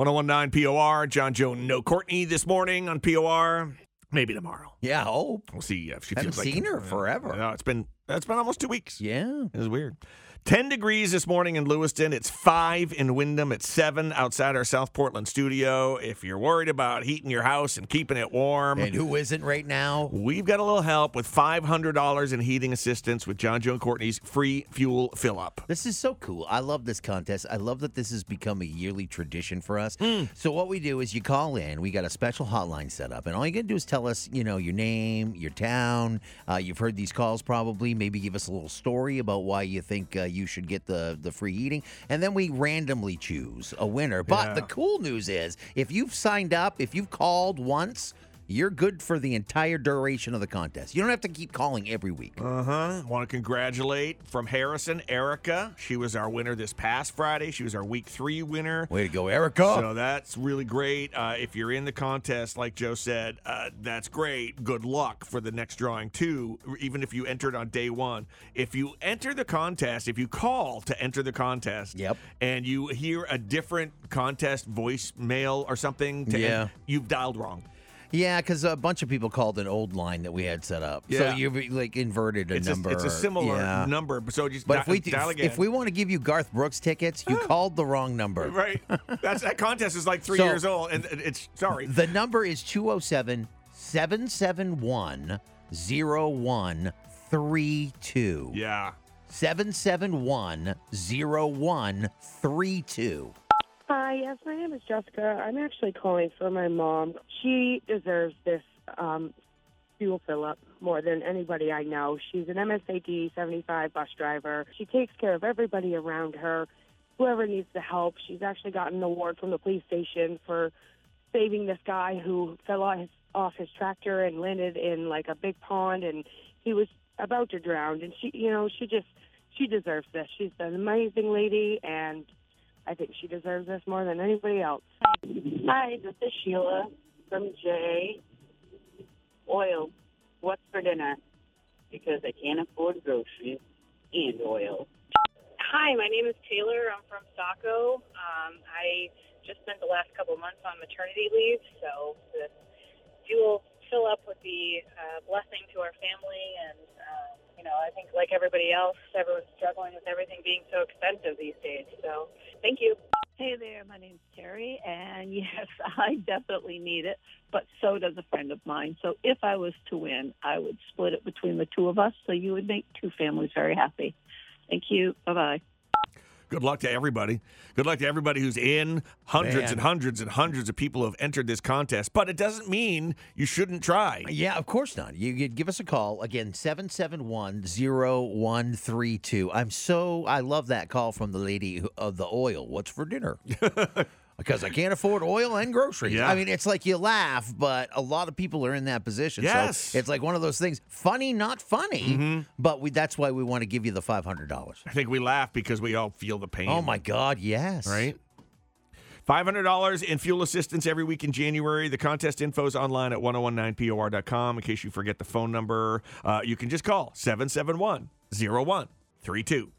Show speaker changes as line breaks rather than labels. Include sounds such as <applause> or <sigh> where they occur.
1019 POR, John Joe, no Courtney this morning on POR. Maybe tomorrow.
Yeah. Oh,
We'll see uh, if she
Haven't
feels like
seen her
Yeah.
forever.
No, it's been that's been almost two weeks.
yeah.
It was weird. 10 degrees this morning in Lewiston. It's 5 in Wyndham. It's 7 outside our South Portland studio. If you're worried about heating your house and keeping it warm,
And who isn't right now?
we've got a little help with $500 in heating assistance with John Joe and Courtney's free fuel fill up.
This is so cool. I love this contest. I love that this has become a yearly tradition for us.
Hmm.
So what we do is you call in. We got a special hotline set up, and all you got to do is tell us, you know, your name, your town. Uh, you've heard these calls probably. Maybe give us a little story about why you think uh, you should get the the free heating, and then we randomly choose a winner. But the cool news is, if you've signed up, if you've called once. You're good for the entire duration of the contest. You don't have to keep calling every week.
Uh huh. Want to congratulate from Harrison, Erica. She was our winner this past Friday. She was our week three winner.
Way to go, Erica.
So that's really great. Uh, if you're in the contest, like Joe said, uh, that's great. Good luck for the next drawing, too, even if you entered on day one. If you enter the contest, if you call to enter the contest,
Yep.
and you hear a different contest voicemail or something, to
Yeah.
you've dialed wrong.
Yeah, because a bunch of people called an old line that we had set up.
Yeah.
So you've like inverted a
It's a,
number.
it's a similar
yeah.
number. So just
But
di-
if we do-
dial again.
if we want to give you Garth Brooks tickets, you called the wrong
<laughs>
number.
Right. That's that contest is like three
So-
years old, and it's sorry.
The number is 207 771 0132.
yeah.
771 0132.
Hi, yes, my name is Jessica. I'm actually calling for my mom. She deserves this um, fuel fill up more than anybody I know. She's an MSAD 75 bus driver. She takes care of everybody around her, whoever needs the help. She's actually gotten an award from the police station for saving this guy who fell off his, off his tractor and landed in like a big pond and he was about to drown. And she, you know, she just, she deserves this. She's an amazing lady and I think she deserves this more than anybody else. Hi, this is Sheila from J
oil. What's for dinner? Because I can't afford groceries and oil.
Hi, my name is Taylor. I'm from Saco. Um, I just spent the last couple months on maternity leave, so the dual fill up would be a blessing to our family. And, uh, you know, I think like everybody else, everyone's struggling with everything being so expensive these days. So thank you.
Hey there, my name's Terry, and <laughs> yes, I definitely need it, but so does a friend of mine. So if I was to win, I would split it between the two of us, so you would make two families very happy. Thank you. Bye bye.
Good luck to everybody. Good luck to everybody who's in. Hundreds
Man.
and hundreds and hundreds of people have entered this contest, but it doesn't mean you shouldn't try.
Uh, Yeah, of course not. You could give us a call again 771-0132. I'm so I love that call from the lady who- of the oil. What's for
<laughs>
dinner? because I can't afford oil and groceries.
Yeah.
I mean, it's like you laugh, but a lot of people are in that position.
Yes. Mm-hmm.
So it's like one of those things, funny not funny, but we that's why we want to give you the $500.
I think we laugh because we all feel the pain.
Oh my god, yes.
Right? $500 in fuel assistance every week in January. The contest info is online at 1019por.com in case you forget the phone number. Uh, you can just call 771 0132.